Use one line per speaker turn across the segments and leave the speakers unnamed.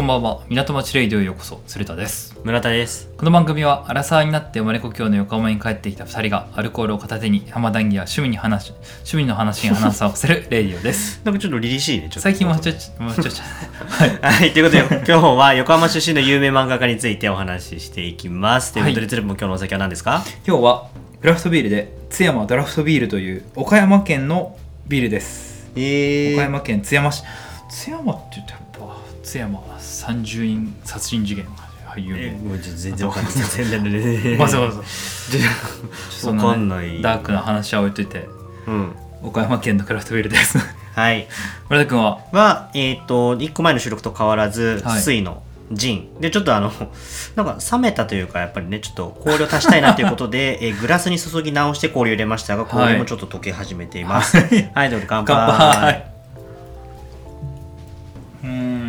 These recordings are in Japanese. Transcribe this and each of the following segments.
んばんは港町レイディオへようこそ鶴田です
村田です
この番組は荒沢になって生まれ故郷の横浜に帰ってきた2人がアルコールを片手に浜談義や趣味に話趣味の話に話をす るレイディオです
なんかちょっと凛々しいねちょっと
最近もちょちょもうちょちょはい
はいということで 今日は横浜出身の有名漫画家についてお話ししていきますということで、
はい
鶴瓶も今日のお酒は何ですか
今日はクラフトビールで津山ドラフトビールという岡山県のビールです
え
岡山県津山市津山って言うとやっぱ津山30人殺人事件が有名
えもうちょっと全然わかんない全然全然
まあそうそう
全然
そ
わ
な
かん
ね
ない
ダークな話は置いといて
うん
岡山県のクラフトビールです
はい
村田君は
はえっ、と1個前の収録と変わらず、
はい
水のジンでちょっとあの なんか冷めたというかやっぱりねちょっと氷を足したいなということ で、えーグラスに注ぎ直して氷を入れましたが
はい
氷もちょっと溶け始めています
は
はいい、ということで乾杯
乾杯うーん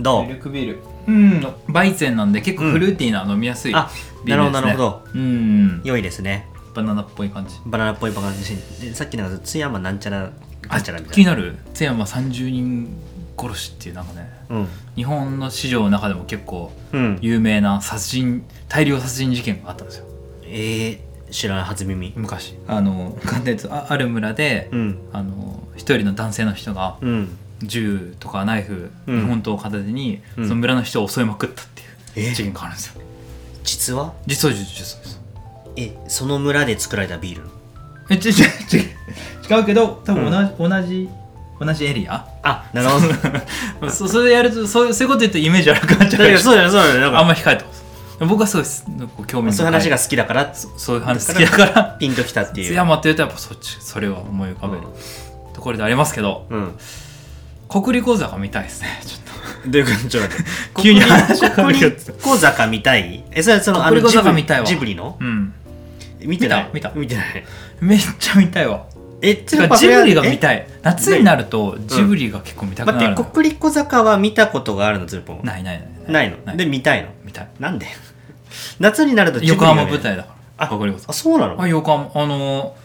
ど
ミ
う
ルクビールうんバイゼンなんで結構フルーティーな、飲みやすい
あ
ビールです、ね、
なるほどなるほど
うん
良いですね
バナナっぽい感じ
バナナっぽいバカ自身でさっきなんか津山なんちゃらな
あ
んちゃらみた
気
い
に
な
なる津山30人殺しっていうなんかね
うん
日本の史上の中でも結構
うん
有名な殺人大量殺人事件があったんですよ
えー、知らない初耳
昔あの簡単に言うとあある村で、
うん
あの一人の男性の人が
うん
銃とかナイフ、
うん
日本刀を片手に、
うん
その村の人を襲いまくったってい
え
う事件があるんですよ
実は
実は実はです
えその村で作られたビール
えちちち違うけど多分同じ、同じ同じエリ ア
あなるほど
そそれやるとそうそういうこと言ってイメージ悪くなっちゃうから
そうだよそうだよなんか
あんま控えてます僕はすごいすこう興味深い
そういう話が好きだから
そういう話好きだから
ピンときたっていう
津山って言うとやっぱそっちそれを思い浮かべる、ところでありますけど
うん
国立講座が見たいですね ちょっと
どういうことちょっと待って
急に話が変わ
国
るけど
立小坂見たいえそれはそのあ
国
の
立
ジ
小坂
ブ
見たいわ
リジブリの
うん
見てない
見た見た
見 てない
めっちゃ見たいわ
えって
て
いう
かジブリが見
い
たい夏になるとジブリが結構見たくな
待
る
っ
の
て
よ、
国立小坂は見たことがあるのズルポン
ないないない
ないので見たいの
見たい
なんで 夏になるとジブリ
横
がね
浜舞台だから
あ
国立講
あそうなの
座あ横浜あの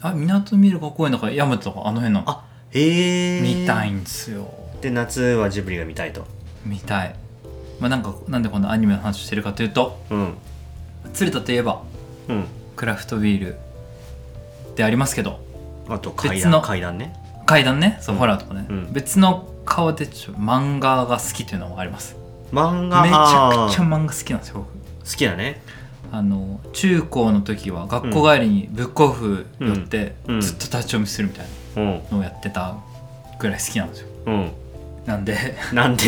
ー、あ港見るか公園だから大和とかあの辺の
あへえ
見たいんですよ
で夏はジブリが見たいと
見たいまあなんかなんでこんなアニメの話をしてるかというと
うん
鶴田といえば
うん
クラフトビールでありますけど
あと階
別の
段階段ね
階段ねそう、
うん
ホラーとかね、
うん
別の顔でちょ漫画が好きというのもあります
漫
めち
画
ゃくちゃ
あー
漫画好きなんですよ僕
好きだね
あの中高の時は学校帰りにブックオフ寄って
うんうん
ずっと立ち読みするみたい
うん
なのをやってたぐらい好きなんですよ
うん
なんで
なんで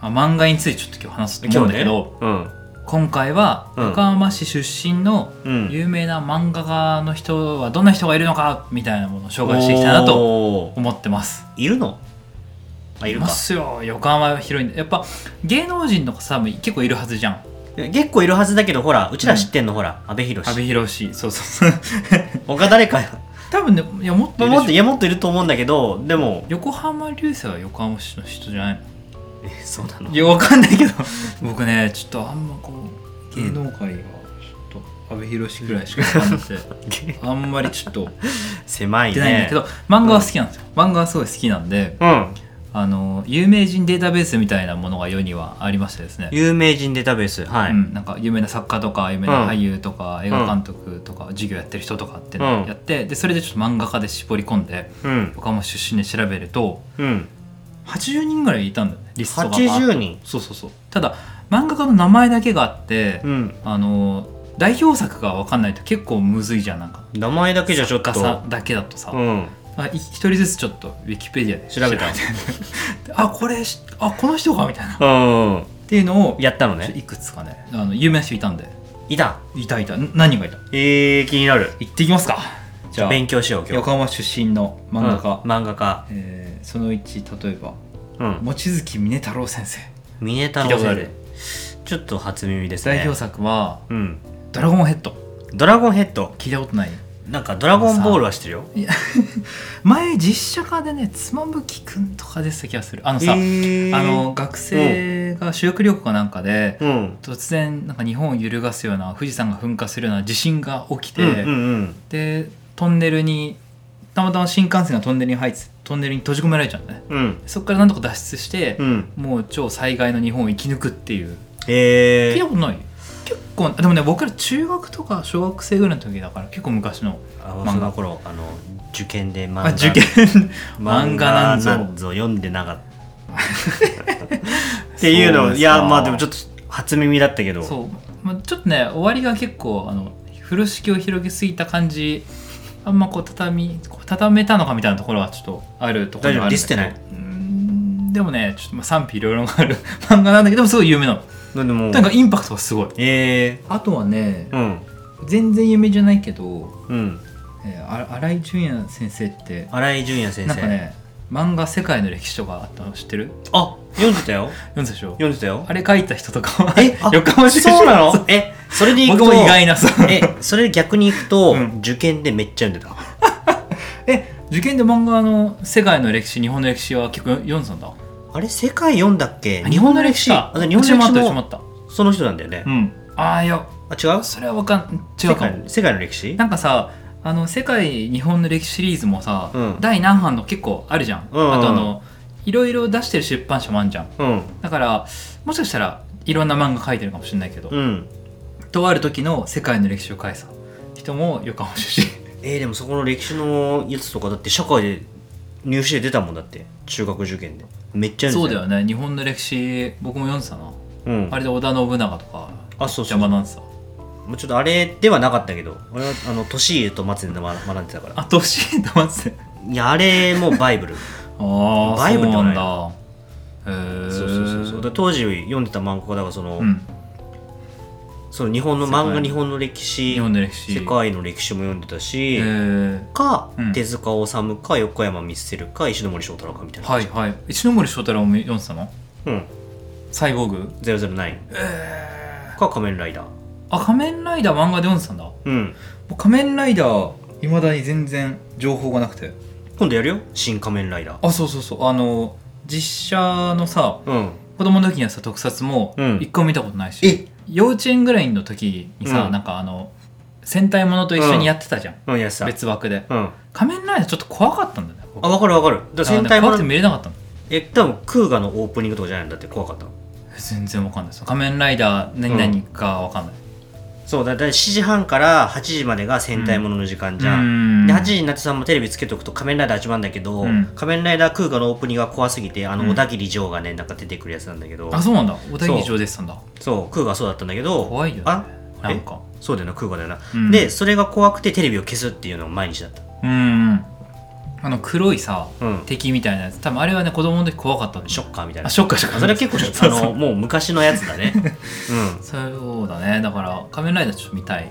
あ漫画についてちょっ と今日話すと思うんだけど
うん
今,、回は
うん
横浜市出身の
うん
有名な漫画家の人はどんな人がいるのかみたいなものを紹介していきたいなと
おー
思ってます
いるのあい
い
るか
ますよ横浜は広いんでやっぱ芸能人とかさ結構いるはずじゃん
結構いるはずだけどほらうちら知ってんの、ほら阿部寛
阿部寛そうそうそう
他誰かよ
多分ねいやもっといる
も
で
っと
しょ
いやもっといると思うんだけどでも
横浜流星は横浜市の人じゃないの
えそうなの
いやわかんないけど 僕ねちょっとあんまこう芸能界はちょっと阿部寛ぐらいしか分かんなくてあんまりちょっと
狭い
出ないんだ
ね
けど漫画は好きなんですよ、漫画はすごい好きなんで
うん
あの有名人データベースみたいなものが世にはありましてですね、
有名人データベースはい、
うん、なんか有名な作家とか有名
う
なん俳優とか、映画監督とか授業やってる人とかっていうのをやって、でそれでちょっと漫画家で絞り込んで
うん
横浜出身で調べると
うん
80人ぐらいいたんだよねリストがバーッと
80人
そうそうそうただ漫画家の名前だけがあって、
うん
あの代表作が分かんないと結構むずいじゃんなんか
名前だけじゃちょっ
画
と
さだけだとさ、
うん
あい一人ずつちょっとウィキペディアで
調べた
てあこれしあこの人かみたいなっ
うん
ていうのを
やったの
ちょ
ね
いくつかねあの有名な人いたんで
いた
いたいたん何人がいた
えー、気になる
行ってきますかじゃあ
勉強しよう今日
横浜出身の漫画家、
うん漫画家
えーその1例えば
うん
望月峰太郎先生
峰太
聞いた
郎
ことあ
先
る
生ちょっと初耳ですね
代表作は
うん
「ドラゴンヘッド
ドラゴンヘッド」
聞いたことない
なんかドラゴンボールは知ってるよ
前実写化でね妻夫木くんとか出てた気がするあのさ、あの学生が修学旅行かなんかで、
うん
突然なんか日本を揺るがすような富士山が噴火するような地震が起きて、
うんうん
でトンネルにたまたま新幹線がトンネルに入ってトンネルに閉じ込められちゃうんだね
うん
そこからなんとか脱出して
う、ん
もう超災害の日本を生き抜くっていう
え
聞いた
ー、
ことない結構でもね僕ら中学とか小学生ぐらいの時だから結構昔の
あ
漫画
その頃あの受験で漫画
あ受験漫画なんぞ
漫画読んで なかったっていう
そう
の
ですか
いやまあでもちょっと初耳だったけど
そう、まあ、ちょっとね終わりが結構あの風呂敷を広げすぎた感じあんまこう畳こう畳めたのかみたいなところはちょっとあるところ
大丈
があ
夫
る
デ
ん
ィ
だけど
スってないう
ーんでもねちょっとまあ賛否両論がある漫画なんだけどでもすごい有名なの
なんでも
なんかインパクトがすごい
え
あとはね
ー、うん
全然有名じゃないけど、
うん
えーあ新井純也先生って
新井純也先生
なんかね漫画「世界の歴史」とかあったの知ってる
あ読んでたよ
読んでたでしょ
読んでたよ
あれ書いた人とかは
えあ
横浜出身
そうなのえそれでいく
僕
と
も意外なさ
えそれ逆にいくと、
うん
受験でめっちゃ読んでた
え受験で漫画の世界の歴史日本の歴史は結構読んでたんだ
あれ世界読んだっけ
あ日本の歴史
あ
か
じゃあ日本の
うちもあったう
歴史
ちもあ
も
った
その人なんだよね、
うんああいや
あ違う
それはわかん違う
世
か
界
も
の世界の歴史
なんかさあの世界日本の歴史シリーズもさ、
うん
第何版の結構あるじゃん、
うんうんうん
あとあのいろいろ出してる出版社もあるじゃん
うん
だからもしかしたらいろんな漫画書いてるかもしれないけど、
うん
とある時の世界の歴史を返す人も横浜出身
えー、でもそこの歴史のやつとかだって社会で入試で出たもんだって中学受験でめっちゃ
そ
読
うんだ
でた
よね日本の歴史僕も読んでたな、
うん
あれで織田信長とか
あそうそ
邪
う
魔なんですよ
もうちょっとあれではなかったけど俺はあの年と松で学学んでたから
あとしいと思って
いやあれもバ イブル
ああ
バイブルで
そう
は
なん
ない
だへえ
そうそうそうそうだから当時読んでた漫画家だからその、
うん、
その日本の漫
世
画
界
日本の歴史
日本の歴史
世界の歴史も読んでたし、
へえ
か、
うん
手塚治虫か横山光輝か石ノ森章太郎かみたいな、
はいはい一ノ森章太郎も読んでたの
うん
サイボーグ
009
ええ
か仮面ライダー
あ仮面ライダー漫画で読んでたんだ
うん
僕仮面ライダーいまだに全然情報がなくて
今度やるよ新仮面ライダー
あそうそうそうあの実写のさ
うん
子供の時にやってた特撮も
うん
一個見たことないし、幼稚園ぐらいの時にさ、
うん
なんかあの戦隊ものと一緒にやってたじゃん、
うんやつさ
別枠で
うんあ
仮面ライダーちょっと怖かったんだよね僕
分かる分かるだから戦隊
あのね怖
も
くて
の
見れなかったの
え多分クーガのオープニングとかじゃないんだって怖かったの
全然わかんないです仮面ライダー何々かわかんない、
そうだだから7時半から8時までが戦隊ものの時間じゃん、
うん
で8時になってさんもテレビつけておくと仮面ライダー始まるんだけど、
うん
仮面ライダー空ガのオープニングが怖すぎてあの
うん
小田切城がねなんか出てくるやつなんだけど、
あそうなんだ小田切城出てたんだ
そう空ガそうだったんだけど
怖いよね
あ
なんか
そうだよな空ガだよな、
うん
でそれが怖くてテレビを消すっていうのを毎日だった
うんうんあの黒いさ、
うん
敵みたいなやつ多分あれはね子供の時怖かったんでし
シ
ょ
ョッカーみたいな
あショッカーショッカー
それは結構ショッカーあのもう昔のやつだ ね
そうだねだから仮面ライダーちょっと見たい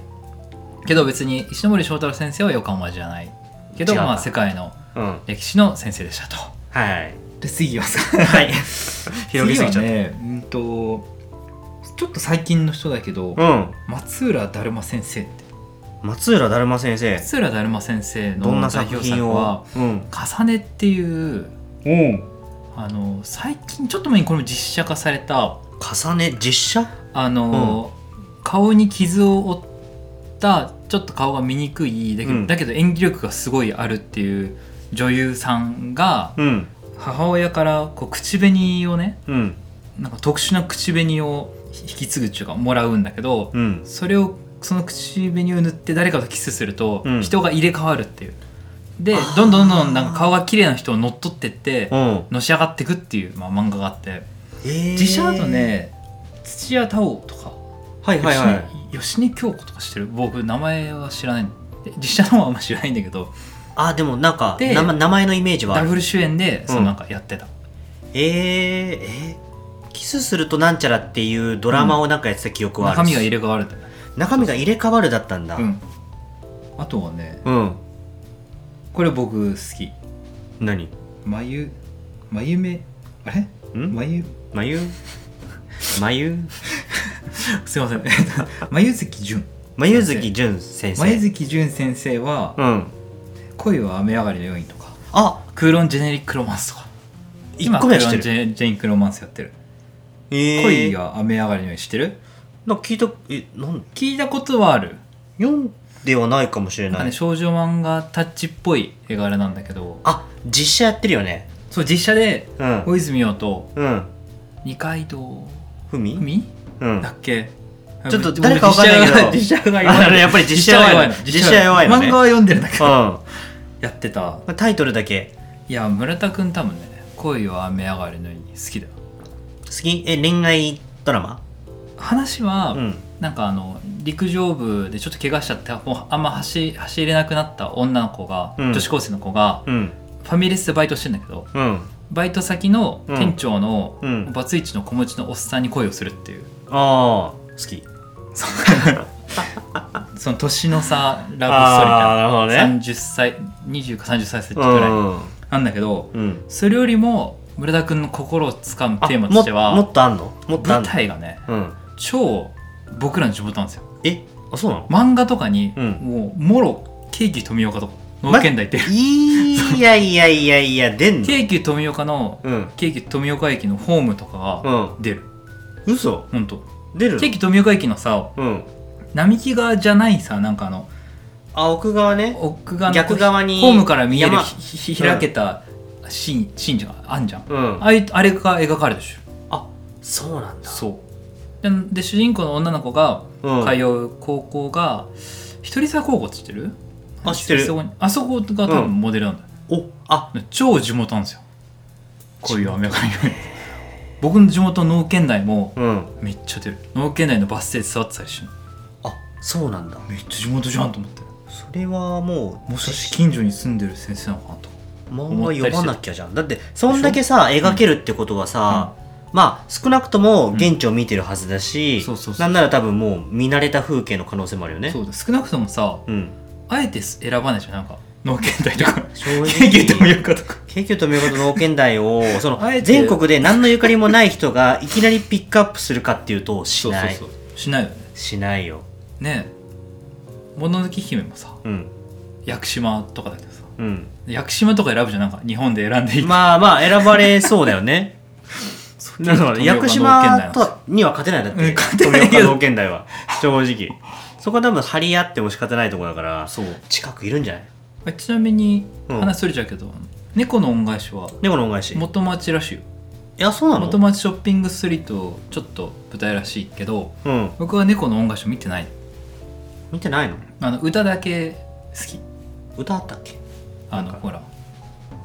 けど別に石森章太郎先生は横浜じゃないけど
違うか
まあ世界の
うんうん
歴史の先生でしたと
はい
で次はさ
はい 広げすぎちゃった、
ねうんとちょっと最近の人だけど、松浦だるま先生って
うん松浦だるま先生
松浦だるま先生の
どんな
代
作
表
品
作は
をうん
「重ね」っていう
重
あの最近ちょっと前にこれも実写化された
ね実写
あの、顔に傷を負ったちょっと顔が醜いだけど,、
うん
だけど演技力がすごいあるっていう女優さんが
うん
母親からこう口紅をね
うん
なんか特殊な口紅を引き継ぐっていうかもらうんだけど、
うん
それをその口紅を塗って誰かとキスすると、
うん
人が入れ替わるっていうでどんどんどんどんなんか顔が綺麗な人を乗っ取ってって、
うん
のし上がっていくっていう、まあ、漫画があって
えー
実写だとね土屋太鳳とか
はいはいはい
吉根吉根京子とか知ってる僕名前は知らないで実写の方はあんま知らないんだけど
あでもなんか
で
名前名前のイメージはあ
ダ
る
ブル主演でそうの
ん
なんかやってた、
えー、えーキスするとなんちゃらっていうドラマをなんかやってた記憶はある
中身が入
れ
れ替わるんだ、
中身が入れ替わるだったんだ
うん、あとはね
うん
これ僕好き
何
眉眉目あれ
ん
眉
眉眉
すいません えっと眉月純
眉月純先生
眉月純先生は
うん
「恋は雨上がりの要因」とか
あ
「クーロンジェネリックロマンス」とか
一個目は知
今クーロ
ってる
ンジェジェニックロマンスやってる「
えー
恋が雨上がりの要因」知ってる
なんか聞いたえなん
聞いたことはある
読んではないかもしれ
なん
な
か
い、
ね少女漫画タッチっぽい絵柄なんだけど
あ実写やってるよね
そう実写で
うん
大泉洋と
うん
二階堂
ふみ
海
うん
だっけ
ちょっと誰かわかんないけど
実写が
あれやっぱり実写は弱いの実写は弱いのね
漫画は読んでるんだけど
う
やってた
んタイトルだけ
いや村田君多分ね「恋は雨上がりのように好きだよ
好きえ恋愛ドラマ
話は、
うん
なんかあの陸上部でちょっと怪我しちゃってもうあんま走走れなくなった女の子が、
うん
女子高生の子が
うん
ファミレスでバイトしてんだけど
うん
バイト先の
うん
店長の、
うん
バツイチの子持ちのおっさんに恋をするって いう
ああ好き
そその年の差ラブストーリーみたい
あ
な
あなるほどね
30歳20か30歳ぐ
う
らい
ん
なんだけど
うん
それよりも村田君の心をつかむ
あ
テーマとしては
ももっとあんのもっとあ
舞
んの
台がね
うん
超僕らの地元なんですよ
えあそうな の
漫画とかに、
うん
もうもろケーキ富岡とか農研大って、
いやいやいやいや出んの
ケーキ富岡の
うん
ケーキ富岡駅のホームとか
う
が
ん
出る、
嘘
ほんと
出るの
ケーキ富岡駅のさ
うん
並木側じゃないさなんかあの
あ奥側ね
奥側の
逆側に
ホームから見える
山
ひひ開けたシーンシーンじゃんあんじゃん、
うん
ああいうあれが描かれてるでしょ
あそうなんだ
そうでで主人公の女の子が
うん
通う高校が、一人沢高校って知ってる
あ知ってる
そこにあそこが多分モデルなんだよ、
おあ
超地元なんですよこういう雨がに僕の地元農圏内も
うん
めっちゃ出る農圏内のバス停で座ってたりしてる
あそうなんだ
めっちゃ地元じゃんと思って
それはもう
もしかして近所に住んでる先生なのかなと
漫画読まなきゃじゃんだってそんだけさ
しょ
描けるってことはさ、まあ少なくとも現地を見てるはずだし、
うんそうそうそう
なんなら多分もう見慣れた風景の可能性もあるよね
そうだ少なくともさ
うん
あえて選ばないじゃんなんか農圏内とか
正
経験とも
直
よかとか
京急と宮本農研 大をその
あえて
全国で何のゆかりもない人がいきなりピックアップするかっていうとしない
そうそうそうしないよね
しないよ
ねえもののけ姫もさ
うん
屋久島とかだけどさ
うん
屋久島とか選ぶじゃんなんか日本で選んでいい、
まあまあ選ばれそうだよ ね
そう
だから屋久
富岡農圏内なんで
島
すよ
とには勝てないんだっ
う
て
ん勝て ないけど
富岡農研大は正直 そこは多分張り合っても仕方ないところだから
そう
近くいるんじゃない
あちなみに
うん
話それちゃうけど、猫の恩返しは
猫の恩返しい
元町らしいよ
やそうなの
元町ショッピングストリートちょっと舞台らしいけど
うん
僕は猫の恩返しを見てない
見てないの
あの歌だけ好き
歌あったっけ
あ
なん
の
か
ほら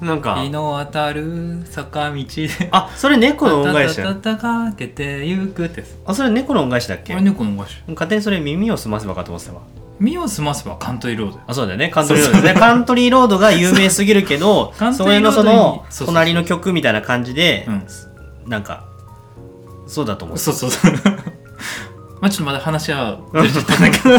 な
「
んか
日の当たる坂道で」
あそれ猫の恩返しだ
た
よ
たたかけてゆく」ってやつ
あそれ猫の恩返しだっ
こ
け
れ猫の恩返し
勝手にそれ耳を澄ませばかと思ってたわ
身を澄ませばカントリーロードよ
あそうだよねカントリーロードですねカントリーロードが有名すぎるけ ど
カン
そ
トリ
れ
ーロ
の
ード
そ
にそ
の
うそうそう
隣の曲みたいな感じで
うん
なんかそうだと思う
そうそう そうまあちょっとまだ話はずれちゃったんだけど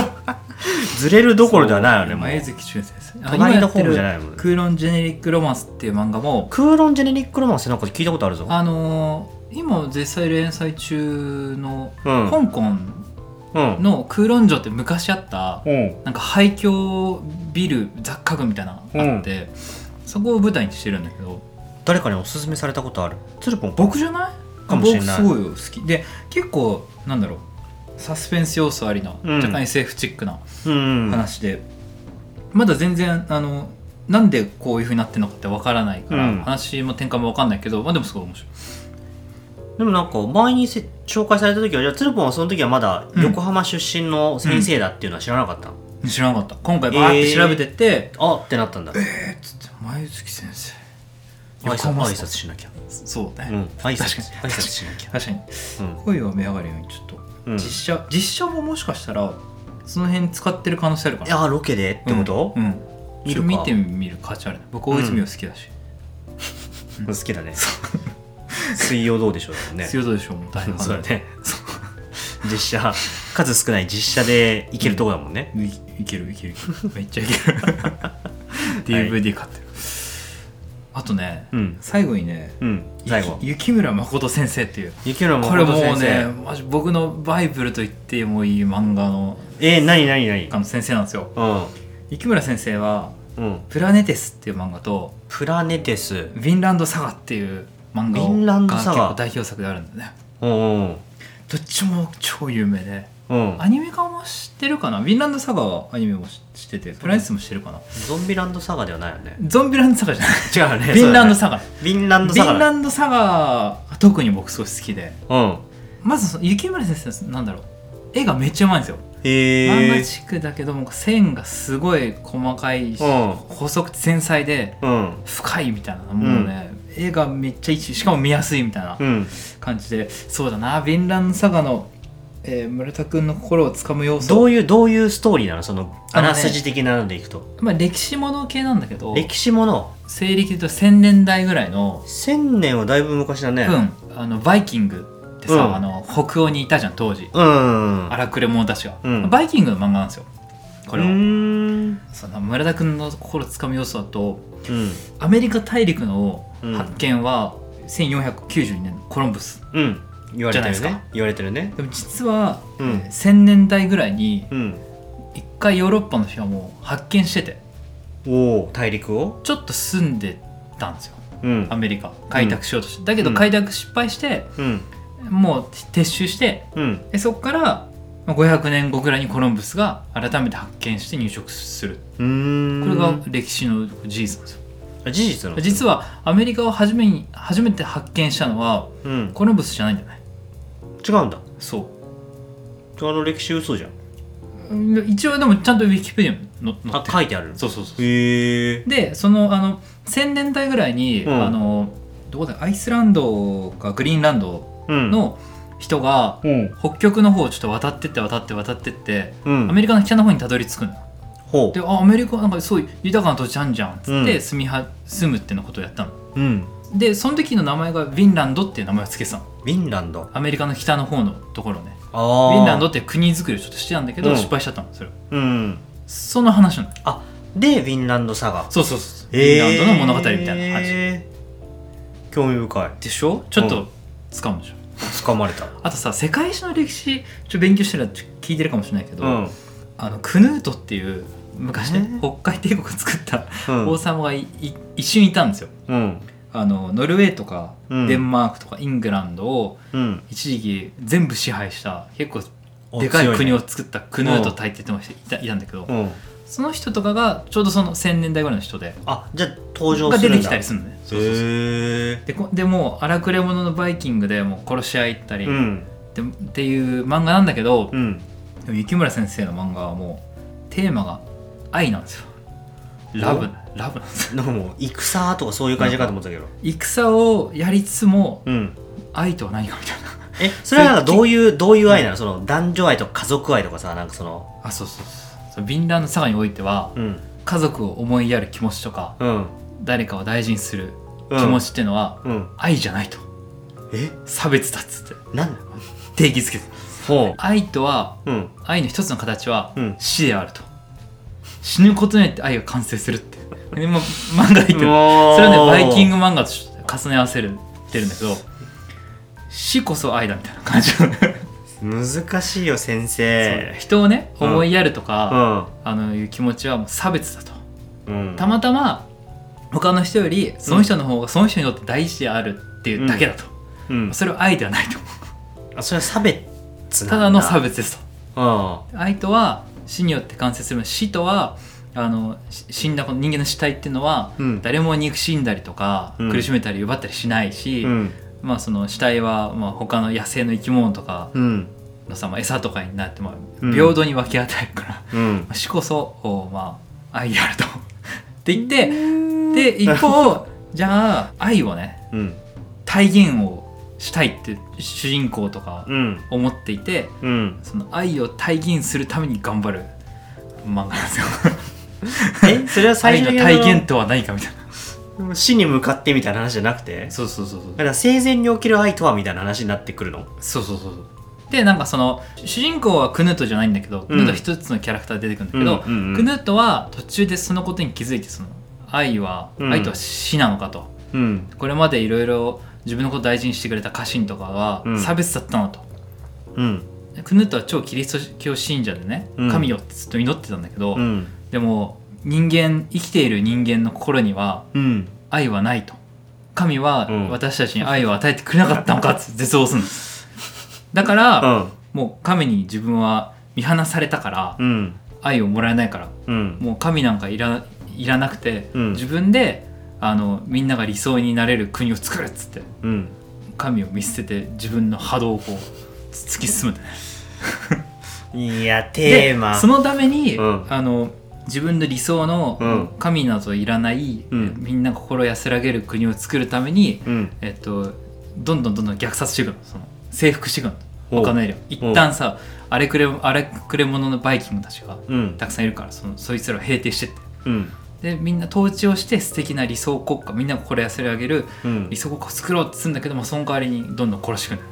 ずれる どころではないよねもう
前月俊先生
隣のホームじゃないもんね
クーロン・ジェネリック・ロマンス」っていう漫画も
クーロンジェネリックロマンスなんか聞いたことあるぞ
あのー今絶賛連載中の
うん
香港
うん
のクーロン城って昔あった
うん
なんか廃墟ビル雑貨群みたいなのあって、そこを舞台にしてるんだけど
誰かにおすすめされたことあるつるぽん
僕じゃない
かもしれない
僕すごいよ好きで結構なんだろうサスペンス要素ありな、
うん
若干 SF チックな
うんうん
話で、まだ全然あのなんでこういうふうになってるのかってわからないから、
うん
話も転換もわかんないけど、まあ、でもすごい面白い
でもなんか前にせ紹介された時はじゃあつるぽんはその時はまだ
うん
横浜出身の先生だっていうのは知らなかったの
知らなかった今回バーって調べてって、
あってなったんだ
えっつって前月先生
挨拶
横
挨
浜
拶しなきゃ
そうね、
うん挨拶
確か
挨拶しなきゃ
確かに
うん
恋は目上がるようにちょっと、
うん
実写実写ももしかしたらその辺使ってる可能性あるか
い
な
やロケでってこと、
うん、見
見
る
るか
見てみる価値あるね僕大泉洋好きだし、
好きだね水曜どうでしょうだもんね
強そうでしょもう大変
そうだね実写数少ない実写でいけるとこだもんね、
いいけるい けるいけるめっちゃいけ る DVD 買ってる、あとね、
うん
最後にね
うん最後
ゆ雪村誠先生っていう
雪村
これも
誠先
う
生
ねマジ僕のバイブルと言ってもいい漫画の
えー、何何何
あの先生なんですよ雪村先生は
うんうん
「プラネテス」っていう漫画と
プラネテス
「ヴィンランドサガ」っていう漫画
ヴィンラン
を
ド
が
サガ
結構代表作であるんだよね
うんうん
どっちも超有名で
うん
アニメ化もしてるかなフィンランドサガはアニメもししててプライスもしてるかな
ゾンビランドサガではないよね
ゾンビランドサガじゃない
違うね
フィンランド
サ
サガ
ガフィンランド
フ
サガ
ィンランドサガが特に僕すごい好きで
うん
まずその雪村先生のなんだろう絵がめっちゃうまいんですよ漫
へ
画
え
チックだけども線がすごい細かいし
うん
細くて繊細で
うん
深いみたいなもうね、絵がめっちゃ一しかも見やすいみたいな
うん
感じでそうだなヴィンランドサガの、えー村田君の心をつかむ要素
どういうどういうストーリーなのその
あ
あ
のね
らすじ的なのでいくと、
まあ、歴史もの系なんだけど
歴史もの
西暦で言うと1000年代ぐらいの、
千年はだいぶ昔だね
うん、あのバイキングってさ、
うん
あの北欧にいたじゃん当時
うん
荒くれ者たちが、
うん
バイキングの漫画なんですよこ
う
れは、
ーん
その村田君の心をつかむ要素だと
うん
アメリカ大陸の
うん
発見は1492年のコロンブス
うん言わ
じ
れてる
ゃないです
ね言われてるね
でも実は、
うん
えー1000年代ぐらいに
うん
一回ヨーロッパの人はもう発見してて
おお大陸を
ちょっと住んでたんですよ
うん
アメリカ開拓しようとして、だけど
うん
開拓失敗して、
うん
もう撤収して
うん
でそこからまあ500年後ぐらいにコロンブスが改めて発見して入植する
うーん
これが歴史の事実なんですよ
あ事実なの
実はアメリカを初めに初めて発見したのは
うん
コロンブスじゃないんじゃない
違うんだ
そ
あの歴史嘘じゃん
ううん一応でもちゃんとウィキペディアにの載っ
あ
てる
書いてある
そうそうそう
へえ
でそのあの1000年代ぐらいに、
うん
あのどこだアイスランドかグリーンランド
うん
の人が
うん
北極の方をちょっと渡ってって渡って渡ってって
うん
アメリカの北の方にたどり着くの
ほ
であアメリカなんかそういう豊かな土地あんじゃんっつって、
うん
住みは住むってのことをやったの
ううん
でその時の名前がヴィンランドっていう名前を付けてたの
フィンランド
アメリカの北の方のところね
あ
ヴ
あ
ィンランドって国づくりをちょっとしてたんだけど、
うん
失敗しちゃったのそれ
うん
その話なの
あでフィンランドサガ
そうそうそうヴィンランドの物語みたいな感じ、
えー興味深い
でしょちょっと掴むでしょ、
掴まれた
あとさ世界史の歴史ちょっと勉強してるら聞いてるかもしれないけど、
うん
あのクヌートっていう昔
え
ね
ー
北海帝国を作った
うん
王様がいい一瞬いたんですよ
うん
あのノルウェーとか
うん
デンマークとかイングランドを
うん
一時期全部支配した結構
お
でかい
強
国
ね
を作ったクヌート大帝ってのがいたいたんだけど
うん
その人とかがちょうどその1000年代ぐらいの人で
あじゃあ登場
が
する
出
んだ
てきたりするのねそうそうそう
へえ
でこでもう荒くれ者のバイキングでもう殺し合い行ったり、
う
っ
ん
てっていう漫画なんだけど、
うん
でも雪村先生の漫画はもうテーマが愛なんですよラブラブなんですよ
なんかもう戦とかそういう感じかと思ってたけど
戦をやりつつも
うん
愛とは何かみたいな
えそれはなんかどういうどういう愛なのその男女愛とか家族愛とかさなんかその
あそうそうそうそのビンランドサガにおいては
うん
家族を思いやる気持ちとか
うん
誰かを大事にする
うん
気持ちっていうのは
うん
愛じゃないと
え
差別だっつって
なん
定義づけて
ほ
愛とは
ううん
愛の一つの形は
うん
死であると、死ぬことによって愛が完成するってでま漫画で言ってるそれはねバイキング
グ
漫画と重ね合わせるってるんだけど死こそ愛だみたいな感 じなの
難しいよ先
そう
生
人をね
うん
思いやると
う
か、
ん
あのいう気持ちはもう差別だと
うん
たまたま他の人よりその人の方がその人にとって大事であるっていうだけだと、
うん
それは愛ではないと
あそれは差別
ただの差別です
うん
と愛とは死によって完成する死とはあのし死んだこの人間の死体っていうのは
うん
誰も憎しんだりとか、
うん
苦しめたり奪ったりしないし、
うん
まあ、その死体はまあ他の野生の生き物とか
うん
のさ、まあ、餌とかになってまあ
うん
平等に分け与えるから、 ま
うん
あ死こそおまあ愛であるとって言ってで一方じゃあ愛をね
うん
体現をしたいって主人公とか
うん
思っていて、
うん
その愛を体現するために頑張る漫画なんですよ。
えそれは最
愛
初
の
に
体現とは何かみたいな。
現死に向かってみたいな話じゃなくて
そうそうそうそう
だ。から生前に起きる愛とはみたいな話になってくるの
そうそうそうそうでなんかその主人公はクヌートじゃないんだけど、クヌートは一つのキャラクターで出てくるんだけど、
うんうんうん
クヌートは途中でそのことに気づいてその愛は、
うん
愛とは死なのかと
うん
これまでいろいろ自分のことを大事にしてくれた家臣とか
う
が
ん
差別だったのと、
うん
クヌートは超キリスト教信者でね、
うん
神よってずっと祈ってたんだけど、
うん
でも人間生きている人間の心には
うん
愛はないと神は
うん
私たちに愛を与えてくれなかったのかって絶望するんですだから、
うん
もう神に自分は見放されたから
うん
愛をもらえないから
うん
もう神なんかいらいらなくて、
うん
自分であのみんなが理想になれる国を作るっつって
うん
神を見捨てて自分の波動をこう突き進むんだね
いや
で
テーマ
そのために、
うん
あの自分の理想の、
うん
神などいらない、
うん
みんな心安らげる国を作るために、
うん
えっと、どんどんどんどん虐殺していくのその征服していくの
お
お金入れを一旦さ荒れくれ荒れくれ者のバイキングたちが
うん
たくさんいるからそのそいつらを平定してって
うん
でみんな統治をして素敵な理想国家みんなが心安らげる
うん
理想国家を作ろうってするんだけどもその代わりにどんどん殺していくんだ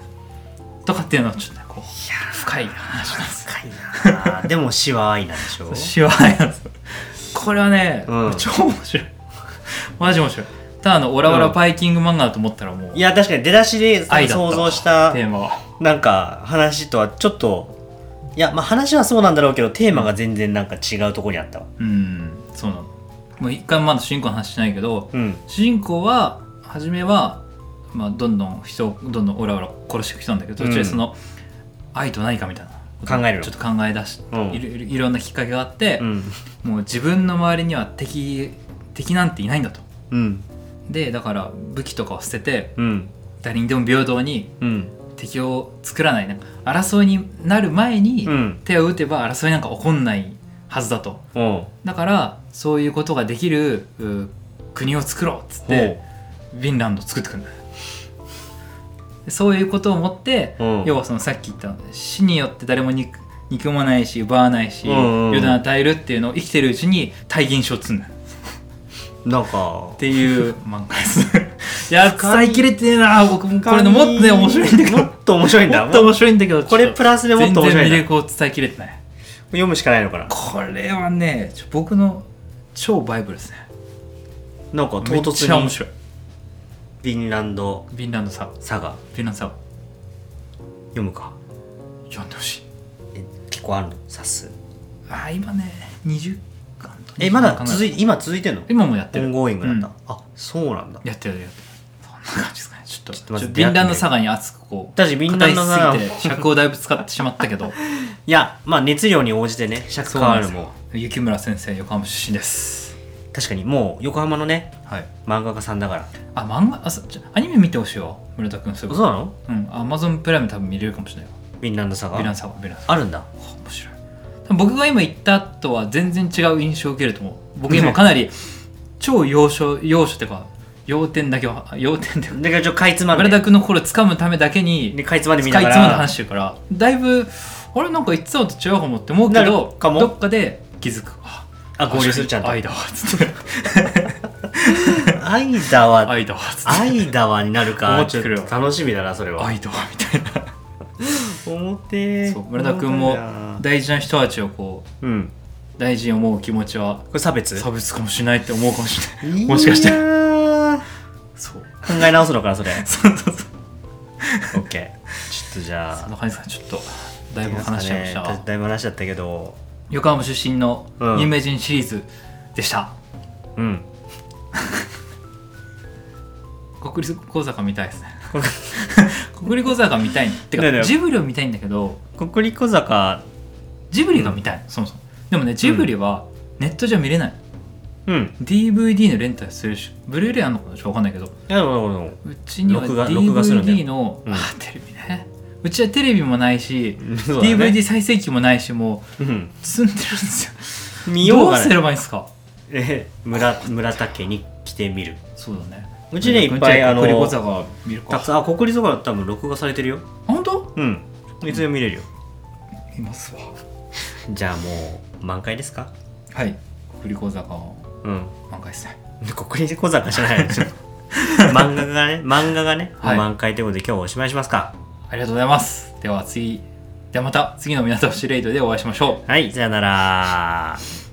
とかっていうのはちょっとねこう深い話なんですよ
深いなあでも死は愛なんでしょ
しわいなんですよ これはね、
うん
超面白いマジ面白いただあのオラオラバイキング漫画だと思ったらもう
いや確かに出だしで
愛だった
想像した
テーマは
なんか話とはちょっといやまあ話はそうなんだろうけどテーマが全然なんか違うところにあったわ
うんそうなのもう一回もまだ主人公の話しないけど
うん
主人公は初めは、まあ、どんどん人をどんどんオラオラ殺していく人なんだけど
うん
途中でその、愛と何かみたいなことを
考えるの
ちょっと考え出し、
うん
いろいろいろんなきっかけがあって
う、ん
もう自分の周りには敵敵なんていないんだと
うん
でだから武器とかを捨てて
うん
誰にでも平等に
うん
敵を作らないなんか争いになる前に
うん
手を打てば争いなんか起こんないはずだと
おう
だからそういうことができるう国を作ろうっつってヴィンランドを作ってくるんだよでそういうことを持って
うん
要はそのさっき言った死によって誰も憎憎まないし奪わないし
うんうんうん
余談与えるっていうのを生きてるうちに体現しようっつうんだよ
なんか
って いう漫画ですいや
深い
伝えきれてえな僕もこれのもっとね面白いんだけど
もっと面白いんだ
もっと面白いんだけど
これプラスでもっと面白
全
いんだ
然魅力を伝えきれてない
読むしかないのかな
これはねちょ僕の超バイブルですね
なんか唐
めっ
突
ちゃ
に
面白い
フィンランド
ヴィンランドサウ
サガ
ヴィンランドサウ
読むか
読んでほしい
え結構あるの冊数
あ今ね20巻と
えまだ続
い
い今続いてんの
今もやって
オ
る
ンゴーイングなんだ、
うん
あそうなんだ
やってるやってるそんな感じですかねちょっと
ちょっと待って
ちょっとヴィンランドサガに熱くこう
私ヴィンランドサガ
語りすぎて尺をだいぶ使ってしまったけど
いやまあ熱量に応じてね尺変わる
そう
も
なんですよ雪村先生横浜出身です
確かにもう横浜のね
はい
漫画家さんだから
あ漫画あそうちょアニメ見てほしいわ村田君そういえば
そうなの
うんアマゾンプライム多分見れるかもしれないわ
ヴィンランドサ
ヴィラン
ガ
サガヴィランサガ
あるんだ
面白い僕が今言ったとは全然違う印象を受けると思う僕今かなり超要所要所っていうか要点だけは要点で
だからちょっとかいつまん
村
で
田君の心をつかむためだけに
でかいつまんで
使
見
いつま
なが
で
ら
話してるからだいぶあれなんかいつもと違うかもって思うけ
な
ど
るかも
どっかで気づくあ
あ合流するちゃんと
愛だわつって
愛だわ
愛だわつって
愛だわになる
思
か
ってくる
ちょっと楽しみだなそれは
愛だわみたいな
思って
そう村田君も大事な人たちをこう
うん
大事に思う気持ちは
これ差別
差別かもしれないって思うかもし れないもしかして
いやー
そう
考え直すのかなそれ
そうそうそう
オッケーちょっとじゃ
そん
あ
な感じですかちょっとだいぶ話しちゃいました
ねだいぶ話しちゃったけど
横浜出身の
うん
有名人シリーズでした、
うん
国立小坂見たい ですね国立小坂見たいねて
ねえね
か
え
ジブリを見たいんだけど
国立小坂
ジブリが見たい、そもそもでもねジブリはネットじゃ見れない、
うん。
DVD のレンタルするしブルーレイあんのかなちょっとわかんないけど
いや、でもでも
うちには
録画録画するんだよ
DVD の、
うん
あーテレビねうちはテレビもないし、
でも
DVD 再生機もないしも
うん。
う積んでるんですよ
見よう
どう
が
す
ない。
ればいいんですか
え村、村田家に来てみる。
そうだね
うちね、いっぱい、あの、
国立小坂見る
た
か
くさん、あ、国立小坂多分録画されてるよ。
本当
うん。いつでも見れるよ。
いますわ
じゃあもう、満開ですか
はい国立小坂
うん。
満開ですね
国立小坂じゃ ないでしょ。漫画がね、漫画がね、
はい
満開ということで今日はおしまいしますか。
ありがとうございますでは次ではまた次の港市レイドでお会いしましょう
はい、さよなら。